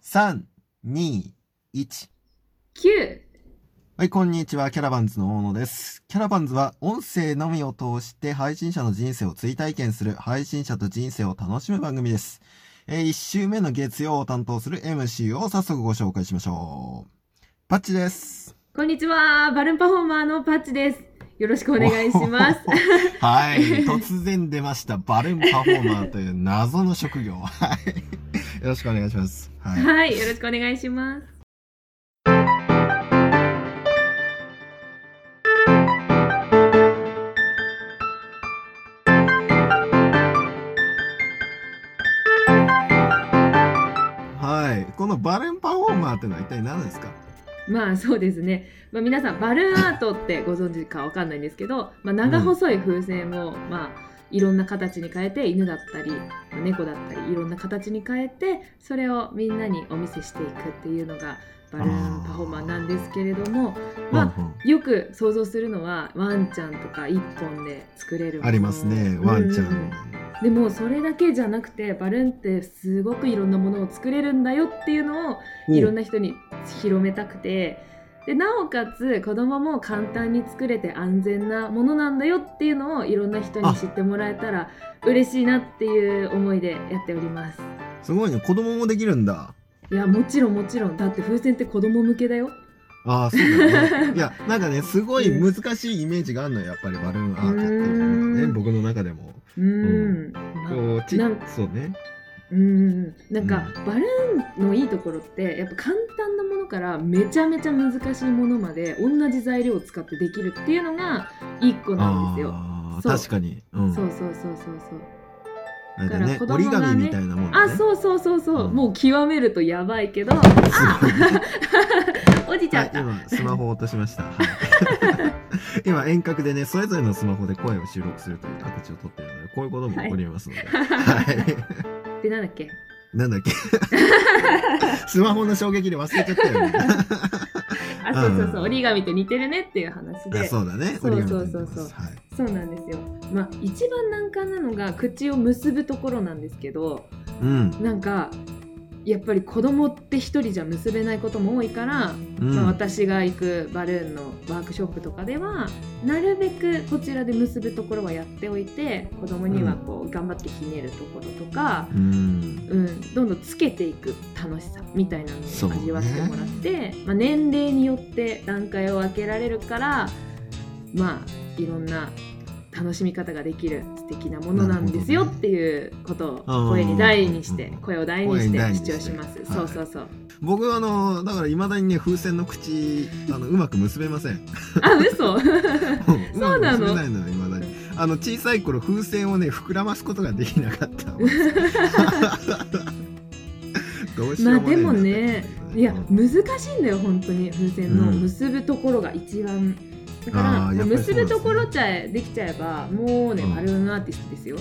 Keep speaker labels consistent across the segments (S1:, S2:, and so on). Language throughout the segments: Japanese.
S1: 3、2、1。
S2: 九。
S1: はい、こんにちは。キャラバンズの大野です。キャラバンズは音声のみを通して配信者の人生を追体験する配信者と人生を楽しむ番組です。え1週目の月曜を担当する MC を早速ご紹介しましょう。パッチです。
S2: こんにちは。バルーンパフォーマーのパッチです。よろしくお願いします。
S1: はい、 突然出ました。バルーンパフォーマーという謎の職業。はい。よろしくお願いします。はい。
S2: はい、よろしくお願いします。
S1: はい。このバルーンパフォーマーってのは一体何ですか
S2: まあそうですね、まあ、皆さんバルーンアートってご存知かわかんないんですけど、まあ、長細い風船を、まあ、いろんな形に変えて犬だったり猫だったりいろんな形に変えてそれをみんなにお見せしていくっていうのがバルーンパフォーマーなんですけれどもま
S1: うんうん
S2: あよく想像するのはワンちゃんとか一本で作れるもの
S1: ありますね。ワンちゃ。
S2: うううんでもそれだけじゃなくてバルーンってすごくいろんなものを作れるんだよっていうのをいろんな人に広めたくてでなおかつ子供も簡単に作れて安全なものなんだよっていうのをいろんな人に知ってもらえたら嬉しいなっていう思いでやっております
S1: すごいね。子供もできるんだ。
S2: いやもちろんもちろんだって風船って子供向けだよ
S1: ああ、そうだ ね。いや、なんかね、すごい難しいイメージがあるのよ、やっぱりバルーンアートっていうのが
S2: う
S1: ね、
S2: ん
S1: 僕の中でも。
S2: うーん、まあ
S1: こう、ち
S2: なん、
S1: そうね。
S2: うんうんうんなんか、バルーンのいいところってやっぱ簡単なものからめちゃめちゃ難しいものまで同じ材料を使ってできるっていうのが一個なんですよ。
S1: ああ、
S2: そう
S1: 確かに。うん。
S2: そうそうそうそうそう。
S1: なんか
S2: だ
S1: ね、
S2: から
S1: 折り
S2: 子供がね
S1: 紙みたいなもんだ
S2: あ、
S1: ね。
S2: そうそうそうそう、
S1: うん
S2: もう極めるとやばいけど、
S1: す ごいね
S2: 落ちちゃ
S1: は
S2: っ
S1: い、
S2: た。
S1: 今スマホを落としました。 はい今遠隔でね、それぞれのスマホで声を収録するという形をとっているので、こういうことも起こりますので。はい。
S2: でなんだっけ？
S1: なんだっけ スマホの衝撃で忘れちゃったよね。
S2: あ、そうそう
S1: う
S2: そ
S1: ん
S2: う、折り紙と似てるねっていう話
S1: あ
S2: で。
S1: そうだね。
S2: そう
S1: 折り
S2: そ
S1: 紙
S2: う
S1: になり
S2: そう
S1: ま
S2: そう
S1: す。はい。
S2: そうなんですよ。まあ一番難関なのが口を結ぶところなんですけど、
S1: うん。
S2: なんかやっぱり子供って一人じゃ結べないことも多いか
S1: う
S2: ら、
S1: ん
S2: まあ、私が行くバルーンのワークショップとかではなるべくこちらで結ぶところはやっておいて子供にはこう頑張ってひねるところとか、
S1: うん。
S2: うん、どんどんつけていく楽しさみたいなの
S1: そう
S2: を
S1: ね
S2: 味わってもらって、まあ、年齢によって段階を分けられるからまあいろんな楽しみ方ができる素敵なものなんですよ
S1: なるほどね
S2: っていうこと
S1: あー
S2: を声に大にし
S1: う
S2: て
S1: んうんうん
S2: 声を大に
S1: 声
S2: し
S1: に
S2: て
S1: 大にし
S2: 主
S1: て
S2: 張します、
S1: はい
S2: そうそうそう
S1: 僕はあのだからいまだにね風船の口あのうまく結べません
S2: あ 嘘
S1: うまく
S2: そうなの
S1: 結べないのよいまだにあの小さい頃風船をね膨らますことができなか ったの どうしよう
S2: まあ
S1: も
S2: でも
S1: ないなってた
S2: ね
S1: けど
S2: いや難しいんだよ本当に風船の
S1: うん
S2: 結ぶところが一番だから
S1: あーやっぱりそうなんです
S2: 結
S1: ね
S2: ぶところさえできちゃえばもうね
S1: うん
S2: バルーンアーティストですよ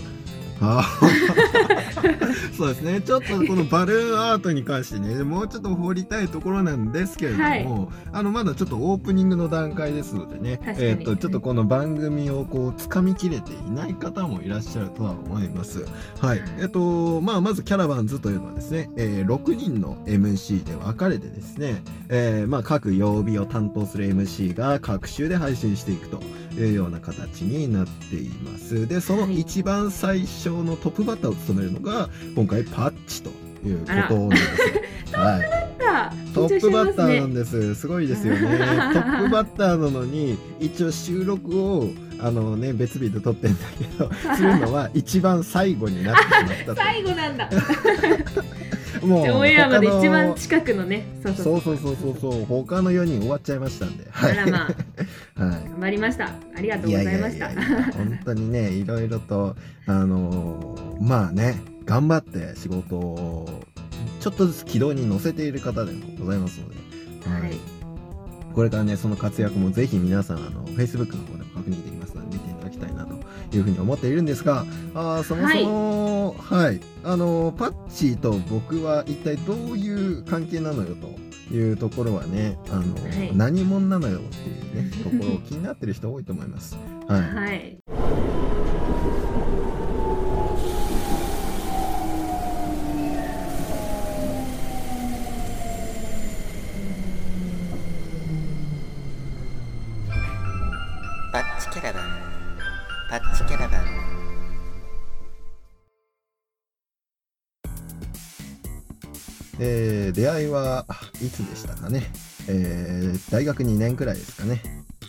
S1: あ そうですねちょっとこのバルーンアートに関してね もうちょっと掘りたいところなんですけれども、
S2: はい
S1: あのまだちょっとオープニングの段階ですのでね
S2: 確かに
S1: えー、とちょっとこの番組をこう掴みきれていない方もいらっしゃるとは思います。はいえっとまあ、まずキャラバンズというのはですね、えー6人の MC で分かれてですね、えーまあ、各曜日を担当する MC が各週で配信していくというような形になっています。で、その
S2: はい
S1: 一番最初のトップバッターを務めるのが、今回パッチということなんですよ。 はい、
S2: さあ
S1: トッ
S2: 緊張し
S1: プ
S2: ちゃ
S1: バ
S2: い
S1: ッターな
S2: ますね
S1: んです。すごいですよね。 トップバッターなのに、一応収録を、あのね、別日で撮ってんだけど、する のは一番最後になってしまった
S2: 最後なんだ
S1: と。も
S2: オンエアまで一番
S1: 他の
S2: 近くのねそうそ
S1: そ
S2: うそう
S1: うそうそうそうそう、他の4人終わっちゃいましたんで。
S2: あ
S1: はい。
S2: らま あ
S1: はい
S2: 頑張りましたありがとうございました
S1: やいやいやいや本当にねいろいろとあのーまあね頑張って仕事をちょっとずつ軌道に乗せている方でもございますので、はい
S2: はい
S1: これからねその活躍もぜひ皆さんあの Facebook の方でも確認できますので見ていただきたいなというふうに思っているんですがあーそもそもはい、あのーパッチーと僕は一体どういう関係なのよと。いうところはね、あのー、
S2: はい
S1: 何者なのよっていうね、ところを気になってる人多いと思います。はい。
S2: はい
S3: パッチキャラバンパッチキャラバン
S1: えー出会いはいつでしたかね、えー大学2年くらいですかね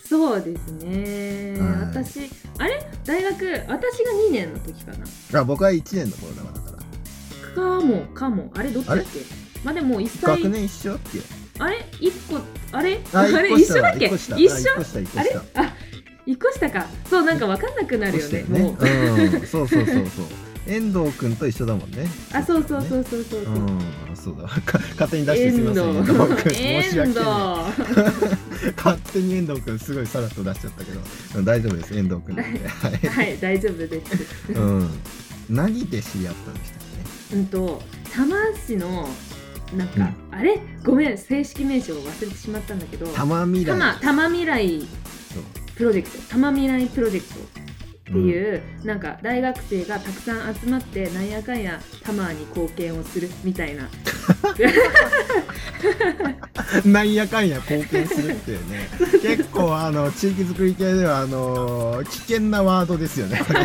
S2: そうですね、
S1: はい
S2: 私あれ大学私が2年の時かな
S1: あ僕は1年の頃だからだか
S2: かもかもあれどっちだっけ
S1: あれ
S2: まあでも一切
S1: ら学年一緒だっけ
S2: あれ一個あれ
S1: あ
S2: あれ
S1: 一個
S2: 一
S1: 下
S2: 緒だっ
S1: だ
S2: け
S1: 一個下
S2: 一
S1: あ
S2: 緒
S1: 一個下一個
S2: あれ
S1: 下
S2: あ一個下かそうなんか分かんなくなるよねもう、
S1: うん、そうそうそうそう。 遠藤君と一緒だもんね。。
S2: あそうそうそううそうそう
S1: う
S2: そう、
S1: ん、そうだ。か勝手に出してすみ
S2: 遠
S1: ませ
S2: 藤
S1: ん。遠藤君申し訳
S2: 遠藤
S1: ない。勝手に遠藤君すごいさらっと出しちゃったけど、うん大丈夫です遠藤君 なんで。はい。
S2: はい大丈夫です
S1: うん。何で知り合ったんでしたっ
S2: うんと多摩市のなんか、あれごめん正式名称を忘れてしまったんだけど
S1: け？玉未来。
S2: 多摩多摩未来
S1: そう。
S2: プロジェクト多摩未来プロジェクトって
S1: うん。
S2: いう、なんか大学生がたくさん集まってなんやかんやタマーに貢献をするみたいな
S1: なんやかんや貢献するっていう ね結構あの地域づくり系ではあの危険なワードですよ ねこれ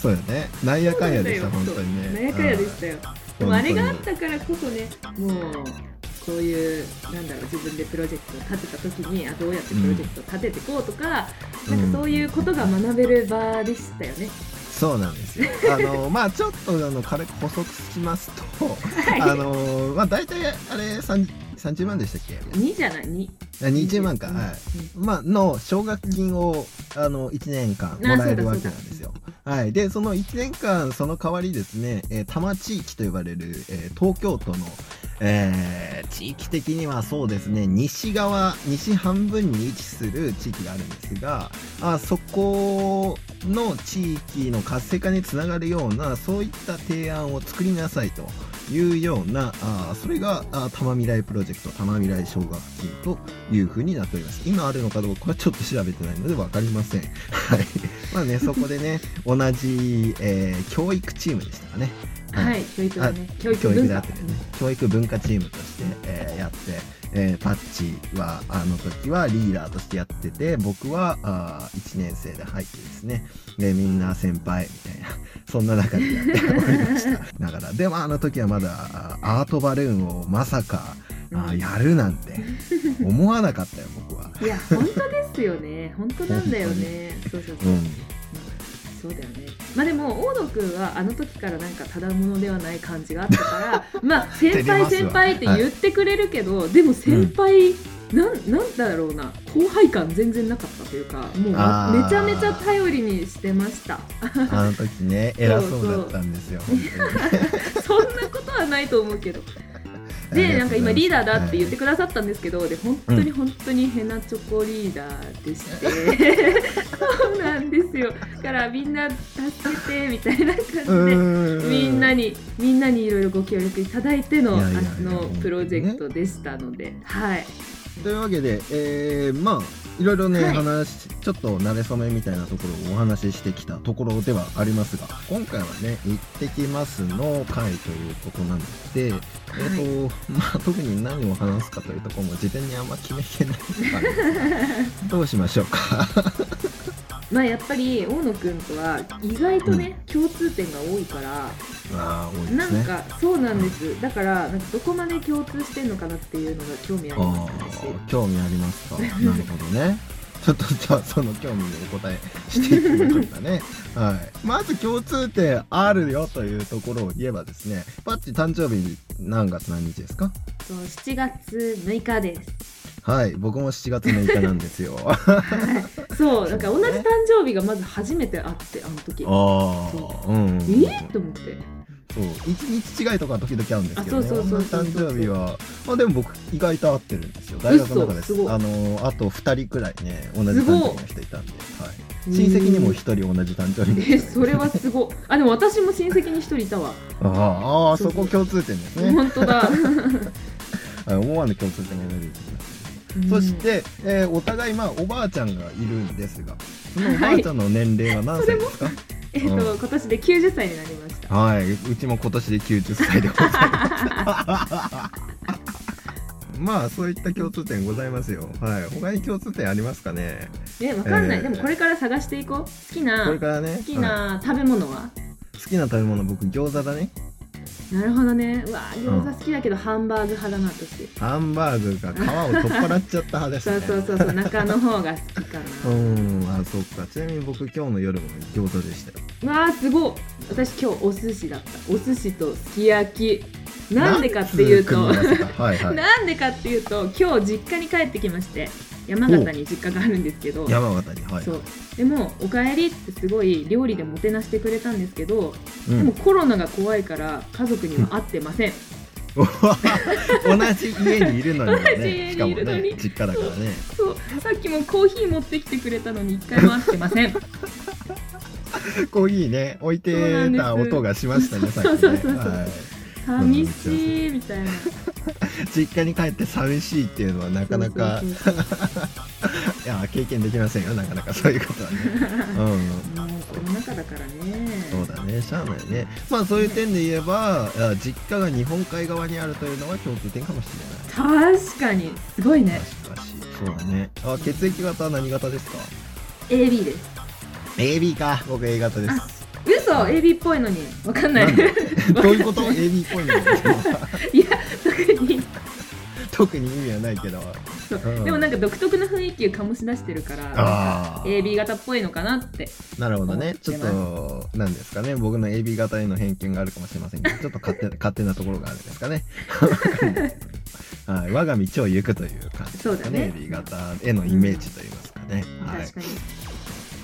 S1: そうよねなんやかんやでした本当にね
S2: なんやかんやでしたよでもあ
S1: 本当
S2: れ
S1: に
S2: があったからこそねもうこういうなんだろう自分でプロジェクトを立てた時にあどうやってプロジェクトを立ててこうとか、
S1: うん
S2: なんかそういうことが学べる場でしたよね、
S1: そうなんですよ。あのまあちょっとあの軽く補足しますと、
S2: はい
S1: あのまあ大体あれ30 30万でしたっけ
S2: 2じゃない2
S1: ?20 万か、はい。まあ、の奨学金をあの1年間もらえるわけなんですよ。はい、でその1年間その代わりですね、えー多摩地域と呼ばれる、えー東京都の、えー地域的にはそうですね西側西半分に位置する地域があるんですがあそこの地域の活性化につながるようなそういった提案を作りなさいと。いうようなあそれがあ多摩未来プロジェクト多摩未来奨学金というふうになっております今あるのかどうかはちょっと調べてないので分かりませんはいまあねそこで ね同じ、えー教育チームでしたかね
S2: はい、教育だね教育
S1: 教育
S2: 文
S1: であ
S2: 化
S1: ってね教育文化チームとして、えーやって、えーパッチはあの時はリーダーとしてやってて僕はあ1年生で入ってですねでみんな先輩みたいな そんな中でやっておりました だからでもあの時はまだあアートバルーンをまさかあやるなんて思わなかったよ僕は。
S2: いや本当ですよね本当なんだよ ねそうそうそうう、
S1: ん
S2: そうだよねまあでも大野くんはあの時からなんかただものではない感じがあったから まあ先
S1: 照れ
S2: 輩
S1: ますわ
S2: 先輩って言ってくれるけど、でも先輩、なんなんだろうな後輩感全然なかったというかもうめ
S1: あー
S2: ちゃめちゃ頼りにしてました
S1: あの時ね偉そうだったんですよ本当に
S2: そんなことはないと思う けど
S1: あり
S2: で
S1: が
S2: なん
S1: と
S2: か
S1: うございま
S2: 今
S1: す
S2: リーダーだって言って
S1: は
S2: くださったんですけど、で本当に本当にヘナチョコリーダーでして、 そうなんですよだからみんな助けてみたいな感じで、
S1: いうー
S2: みんなにみんなにいろいろご協力いただいての
S1: い
S2: あ
S1: やいやいや
S2: のプロジェクトでしたので、はい
S1: というわけで、えーまあいろいろね、
S2: はい
S1: 話ちょっと慣れ初めみたいなところをお話ししてきたところではありますが今回はね「行ってきます」の回ということなので、えーとまあ、特に何を話すかというところも事前にあんま決めてない感じ ですがどうしましょうか
S2: まあやっぱり大野くんとは意外とね、共通点が多いから
S1: あー多いで
S2: な
S1: すね
S2: んかそうなんですだからなんかどこまで共通してんのかなっていうのが興味ありま
S1: あ
S2: すし
S1: ー興味ありますかなるほどねちょっとじゃあその興味にお答えしていきましょうか ね、はい、まず共通点あるよというところを言えばですねパッチ誕生日何月何日ですか
S2: そう7月6日です
S1: はい僕も7月6日なんです よあ
S2: そうだから同じ誕生日がまず初めて会ってあの時
S1: あうん、うん、
S2: えっと思って
S1: そう1日違いとか時々あるんですけどね
S2: あそうそうそうそう
S1: 女の誕生日は、まあ、でも僕意外と合ってるんですよ大学の中です
S2: 嘘すごい
S1: あのあと2人くらいね同じ誕生日の人いたんで、はい、
S2: うん
S1: 親戚にも1人同じ誕生日の人
S2: えそれはすごいあでも私も親戚に一人いたわ
S1: ああ
S2: そ
S1: そうこ共通点です ね、
S2: 本当だ
S1: はい思わぬ共通点が出てきますそして、えーお互いまあおばあちゃんがいるんですがそのおばあちゃんの年齢は何歳ですか、
S2: えっ、と、今年で90歳になりました。
S1: はい、うちも今年で90歳でございます。まあそういった共通点ございますよはい他に共通点ありますかね
S2: えわかんない、
S1: えー
S2: でもこれから探していこう好き
S1: これ
S2: な
S1: か
S2: 好
S1: らね
S2: き
S1: は
S2: な食べ物は、
S1: い好きな食べ物僕餃子だね
S2: なるほどねうわ餃子好きだけど、ハンバーグ派だな私
S1: ハンバーグが皮を取っ払っちゃった派です
S2: そ
S1: ね
S2: うそうそう そう中の方が好きかな、
S1: うーんあそっかちなみに僕今日の夜も餃子でしたよ
S2: うわーすごい私今日お寿司だったお寿司とすき焼きなんでかっていうと
S1: なんつ組み合わせかはいはい
S2: なんでかっていうと今日実家に帰ってきまして山形に実家があるんですけど
S1: 山形にはい
S2: そうでも「おかえり」ってすごい料理でもてなしてくれたんですけど、
S1: う
S2: でも
S1: ん、
S2: コロナが怖いから家族には会ってません、
S1: 同じ家にいるのには
S2: 同じ家
S1: ねしか
S2: にい
S1: も
S2: るのに
S1: ね実家だからね
S2: そうさっきもコーヒー持ってきてくれたのに一回も会ってません
S1: コーヒーね置い
S2: そうな
S1: て
S2: んです
S1: た音がしましたねさっき
S2: そ
S1: ね
S2: うそうそうそう
S1: はい
S2: 寂しいみたいな
S1: 実家に帰って寂しいっていうのはなかなか
S2: そうそうそうそう
S1: いや経験できませんよなかなかそういうことはねうん
S2: もうコロナ禍だからね
S1: そうだねしゃあないねまあそういう点で言えばあ実家が日本海側にあるというのは共通点かもしれ
S2: 確かにすごい
S1: な
S2: ね
S1: いしかしそうだねあ血液型は何型ですか
S2: AB です
S1: AB か僕 A 型です
S2: 嘘 AB っぽいのにわかんない
S1: なんでどういうこと
S2: わかんない
S1: AB っぽいの
S2: いや特に
S1: 特に意味はないけど
S2: そう、
S1: うん
S2: でもなんか独特な雰囲気を醸し出してるからなんか
S1: あー
S2: AB 型っぽいのかなって
S1: なるほど
S2: 思っ
S1: ねちょ
S2: てま
S1: っ
S2: す
S1: と何ですかね僕の AB 型への偏見があるかもしれません けどちょっと勝手勝手なところがあるんですかねはい我が道を行くという感じです
S2: そう
S1: か
S2: だ
S1: ね
S2: ね
S1: AB 型へのイメージといいますかね、はい、
S2: 確かに、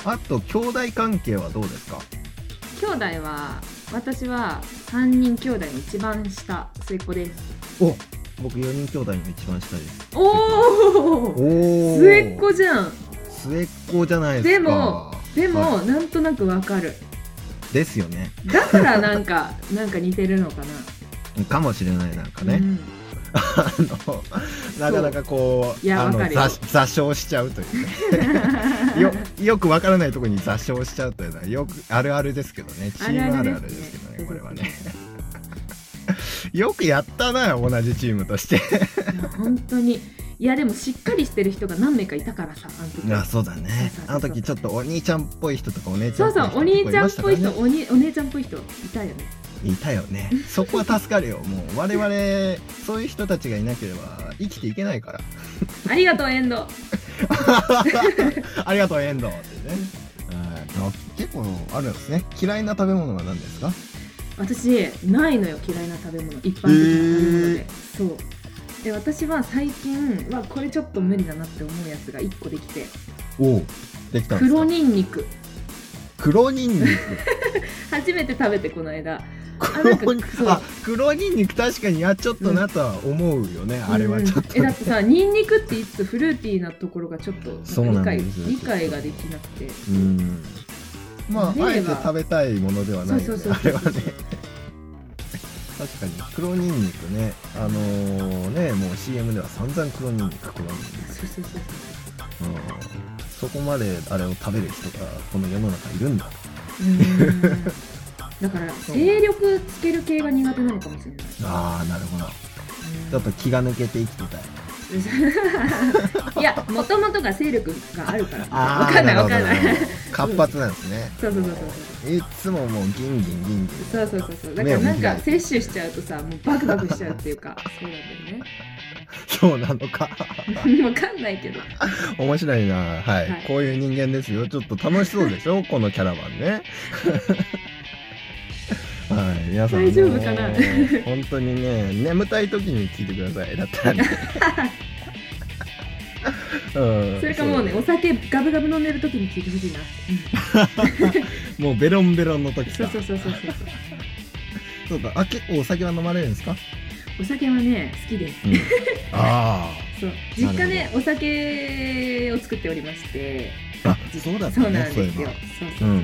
S1: あと兄弟関係はどうですか
S2: 兄弟は私は3人兄弟の一番下末っ子です
S1: お僕4人兄弟の一番下です
S2: お
S1: お
S2: お
S1: お
S2: 末っ子じゃん
S1: 末っ子じゃないですか
S2: でもでも、
S1: は
S2: なんとなくわかる
S1: いですよね
S2: だからなんか なんか似てるのか
S1: かもしれないなんか
S2: な
S1: ね、
S2: うん
S1: あのなかなかこう
S2: いや
S1: あの
S2: わかるよ
S1: 座座礁しちゃうという ねよよくわからないところに座礁しちゃうというのはよくあるあるですけどねチームあるあるですけどねこれはねよくやったな同じチームとして
S2: いや本当にいやでもしっかりしてる人が何名かいたからさあの時
S1: あそうだね
S2: そうそうそうそう
S1: あの時ちょっとお兄ちゃんっぽい人とかお姉ち
S2: そ
S1: ゃん
S2: う
S1: っぽ
S2: そ
S1: いう人
S2: お兄ちゃんっぽい人
S1: とか
S2: おにお姉ちゃんっぽい人いたよ
S1: い
S2: ね
S1: ましたからねいたよねそこは助かるよもう我々そういう人たちがいなければ生きていけないから
S2: ありがとうエンド
S1: ありがとう、遠藤ってね。はいあ結構あるんですね。嫌いな食べ物は何ですか
S2: 私ないのよ嫌いな食べ物一般的な食べ物で、
S1: え
S2: そうで私は最近はこれちょっと無理だなって思うやつが1個できて
S1: おできたんです
S2: 黒
S1: か
S2: ニンニク
S1: 黒ニンニク。
S2: 初めて食べてこの間 あなんか
S1: 黒ニンニ
S2: そう
S1: ク。あ、黒ニンニク確かにやっちょっとなとは思うよね。あれはちょっ
S2: うんえ
S1: と
S2: だっ
S1: ね。
S2: てさニンニクって言いつつフルーティーなところがちょっとなんか
S1: そうなん
S2: 理解
S1: ですよ
S2: 理解ができなくて
S1: うん。まあ、あえ
S2: 例
S1: て
S2: えば
S1: 食べたいものではないよね
S2: そうそう
S1: あ
S2: そ
S1: れ
S2: うそう
S1: はね。確かに黒ニンニクね、あのーね、もう CM では散々黒ニンニク、黒ニンニク。
S2: そうそうそうそう
S1: うんそこまであれを食べる人がこの世の中いるんだと
S2: うーんだ から精力つける系が苦手なのかもしれない
S1: ああなるほどちょっ
S2: と
S1: と気が抜けて生きてたい
S2: いやもともとが勢力があるから
S1: あ
S2: わかんないわかんない
S1: 活発なんですね、
S2: そうそうそう
S1: いつももうギンギンギンギン
S2: そうそうそうそうそうだからな
S1: 目を
S2: んか
S1: 見開いて
S2: 摂取しちゃうとさもうバクバクしちゃうってい うかそうなん
S1: そうなのか
S2: だよね わかんないけど
S1: 面白いなはい、
S2: はい
S1: こういう人間ですよちょっと楽しそうでし ょこのキャラバンね はい皆さんも
S2: 大丈夫かな
S1: 本当にね眠たい時に聞いてくださいだったら ねうん
S2: それかもうね
S1: そ
S2: お酒ガブガブ飲んでる時に聞いてほしいな、
S1: もうベロンベロンの時
S2: うん、
S1: か
S2: そうそうそうそうそう
S1: そうかあ結構お酒は飲まれるんですか、
S2: お酒はね好きです
S1: あ
S2: そう実家でお酒を作っておりまして
S1: ああそうだったね
S2: そうなんですよそうそうそうそう、
S1: うん
S2: ま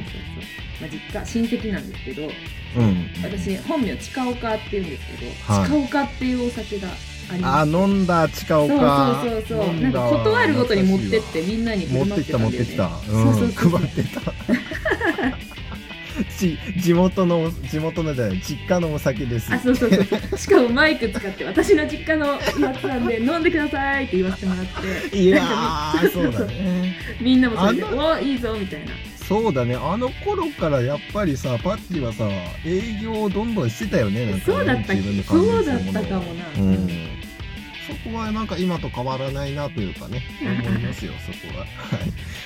S2: あ、実家親戚なんですけど
S1: そういえばうん
S2: 私本名近岡っていうんですけど、
S1: はい
S2: 近岡っていうお酒があり
S1: あ
S2: ます
S1: 飲んだ近岡
S2: そうそうそうそう
S1: 飲
S2: なん
S1: だ
S2: か断るごとに持ってってみんなに振
S1: 持
S2: る
S1: っ
S2: 舞
S1: て
S2: っ
S1: き
S2: て
S1: た
S2: たん
S1: 持っ
S2: だよ
S1: てきた うん
S2: ねそうそうそう
S1: 配ってたち地元の地元のじゃない実家のお酒です
S2: あそうそうそうしかもマイク使って私の実家のやつなんで飲んでくださいって言わせてもらって
S1: いやーそうだね
S2: みんなもそれで「
S1: あ
S2: おいいぞ」みたいな
S1: そうだねあの頃からやっぱりさパッチはさ営業をどんどんしてたよねなんか
S2: そうだったっ
S1: 自分
S2: け
S1: の感
S2: そ
S1: 動
S2: う
S1: す
S2: だ
S1: る
S2: っ
S1: もの
S2: たかもな、
S1: うんそこはなんか今と変わらないなというかね思いますよそこはは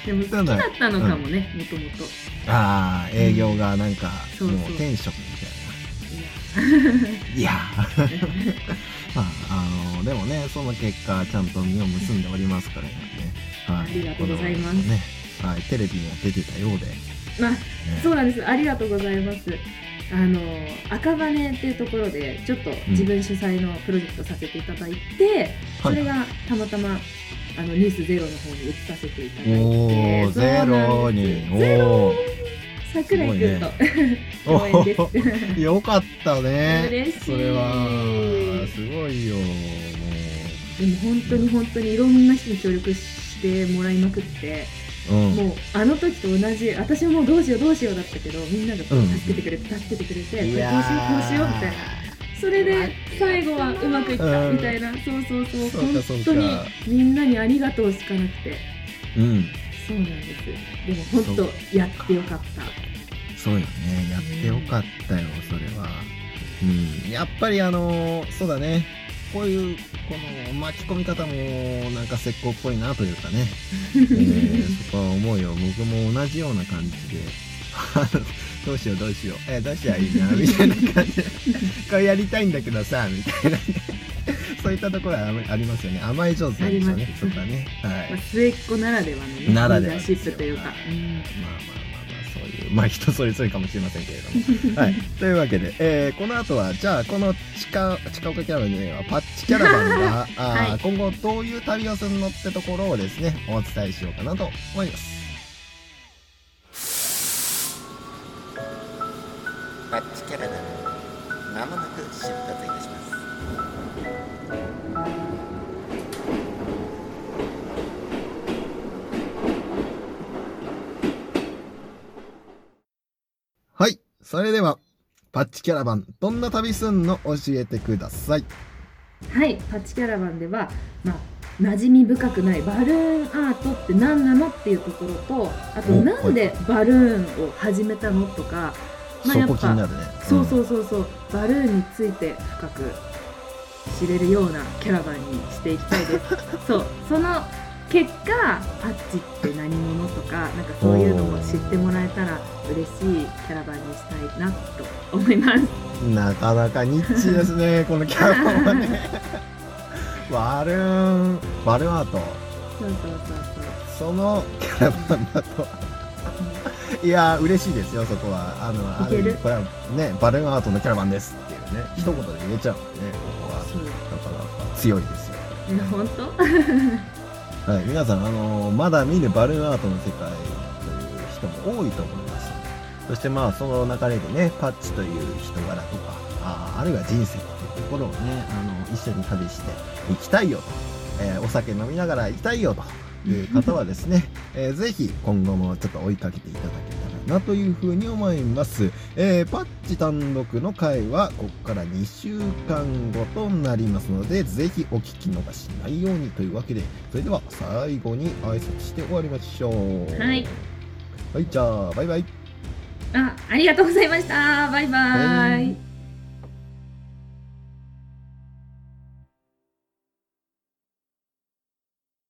S1: い
S2: でも好きだったのかもねもともと
S1: ああ営業がなんか
S2: そうそう
S1: もう転職みたいないやーまああのでもねその結果ちゃんと実を結んでおりますからね、はい、
S2: ありがとうございます
S1: ねはい、テレビには出てたようで、ね、
S2: まあそうなんです。ありがとうございます。あの赤羽っていうところでちょっと自分主催のプロジェクトさせていただいて、それがたまたまあのニュースゼロの方に移させていただいて、
S1: おー
S2: そうなんです
S1: ゼロにおー
S2: ゼロ桜井くんと、
S1: お
S2: 応援です。
S1: ー よかったね
S2: 嬉しい
S1: それはすごいよも
S2: でも本当に本当にいろんな人に協力してもらいまくって、
S1: う、うん、
S2: もうあの時と同じ私はもうどうしようどうしようだったけどみんながこう
S1: うん
S2: 助けてくれて、助けてくれてこれどう
S1: い
S2: しよ
S1: や
S2: う
S1: ー
S2: こうしようみたいなそれで最後はうまくいったみたいな、そうそうそう
S1: そうかそうか
S2: 本当にみんなにありがとうしかなくて
S1: うん
S2: そうなんですでも本当やってよかった
S1: そうよねやってよかったよそれはうんやっぱりあのーそうだねこういうこの巻き込み方もなんか石膏っぽいなというか ね、えーそこは思うよ僕も同じような感じで どうしようどうしよう、えーどうしたらいいなみたいな感 じでこれやりたいんだけどさみたいなねそういったところはあまありますよね甘え上手なんでしょう
S2: あり
S1: ね
S2: ます
S1: そこはねはい
S2: まあ、末っ子ならではのね
S1: ならでは
S2: リ
S1: で
S2: ーダ
S1: す
S2: ー
S1: よ
S2: シップというか
S1: はいまあまあまあまあそういうまあ人それぞれかもしれませんけれど もはいというわけで、えーこの後はじゃあこの近近岡キャラバンねえわパッチキャラバンが、あー
S2: はい
S1: 今後どういう旅をするのってところをですねお伝えしようかなと思います
S3: パッチキャラバンまもなく出発いたします
S1: はいそれではパッチキャラバンどんな旅すんの教えてください
S2: はいパッチキャラバンではまあ馴染み深くないバルーンアートって何なのっていうところとあと
S1: お
S2: なんでバルーンを始めたのとか、まあ、
S1: そ
S2: やっ
S1: こ
S2: ぱ
S1: 気になるね
S2: そうそううそうそう、バルーンについて深く知れるようなキャラバンにしていきたいです そうその結果パッチって何者とかなんかそういうのも知ってもらえたら嬉しいキャラバンにしたいなと思います
S1: んなかなかニッチですねこのキャラバンはね バルーンバルアート
S2: そうそうそう
S1: その キャラバンだといやー嬉しいですよそこはあのあ
S2: いける
S1: 意味これはねバルーンアートのキャラバンですっていうね一言で言えちゃうんでねここは
S2: そうそう
S1: だからやっぱ強いですよ
S2: え本当
S1: はい皆さんあのーまだ見ぬバルーンアートの世界という人も多いと思いますそしてまあその流れでねパッチという人柄とかあーあるいは人生っていうところをねあの一緒に旅して行きたいよと、えーお酒飲みながら行きたいよという方はですね、 えーぜひ今後もちょっと追いかけていただけたらなというふうに思います、えーパッチ単独の回はここから2週間後となりますのでぜひお聞き逃しないようにというわけでそれでは最後に挨拶して終わりましょう
S2: はい、
S1: はい、じゃあバイバイ
S2: あありがとうございましたバイバイ、
S1: はい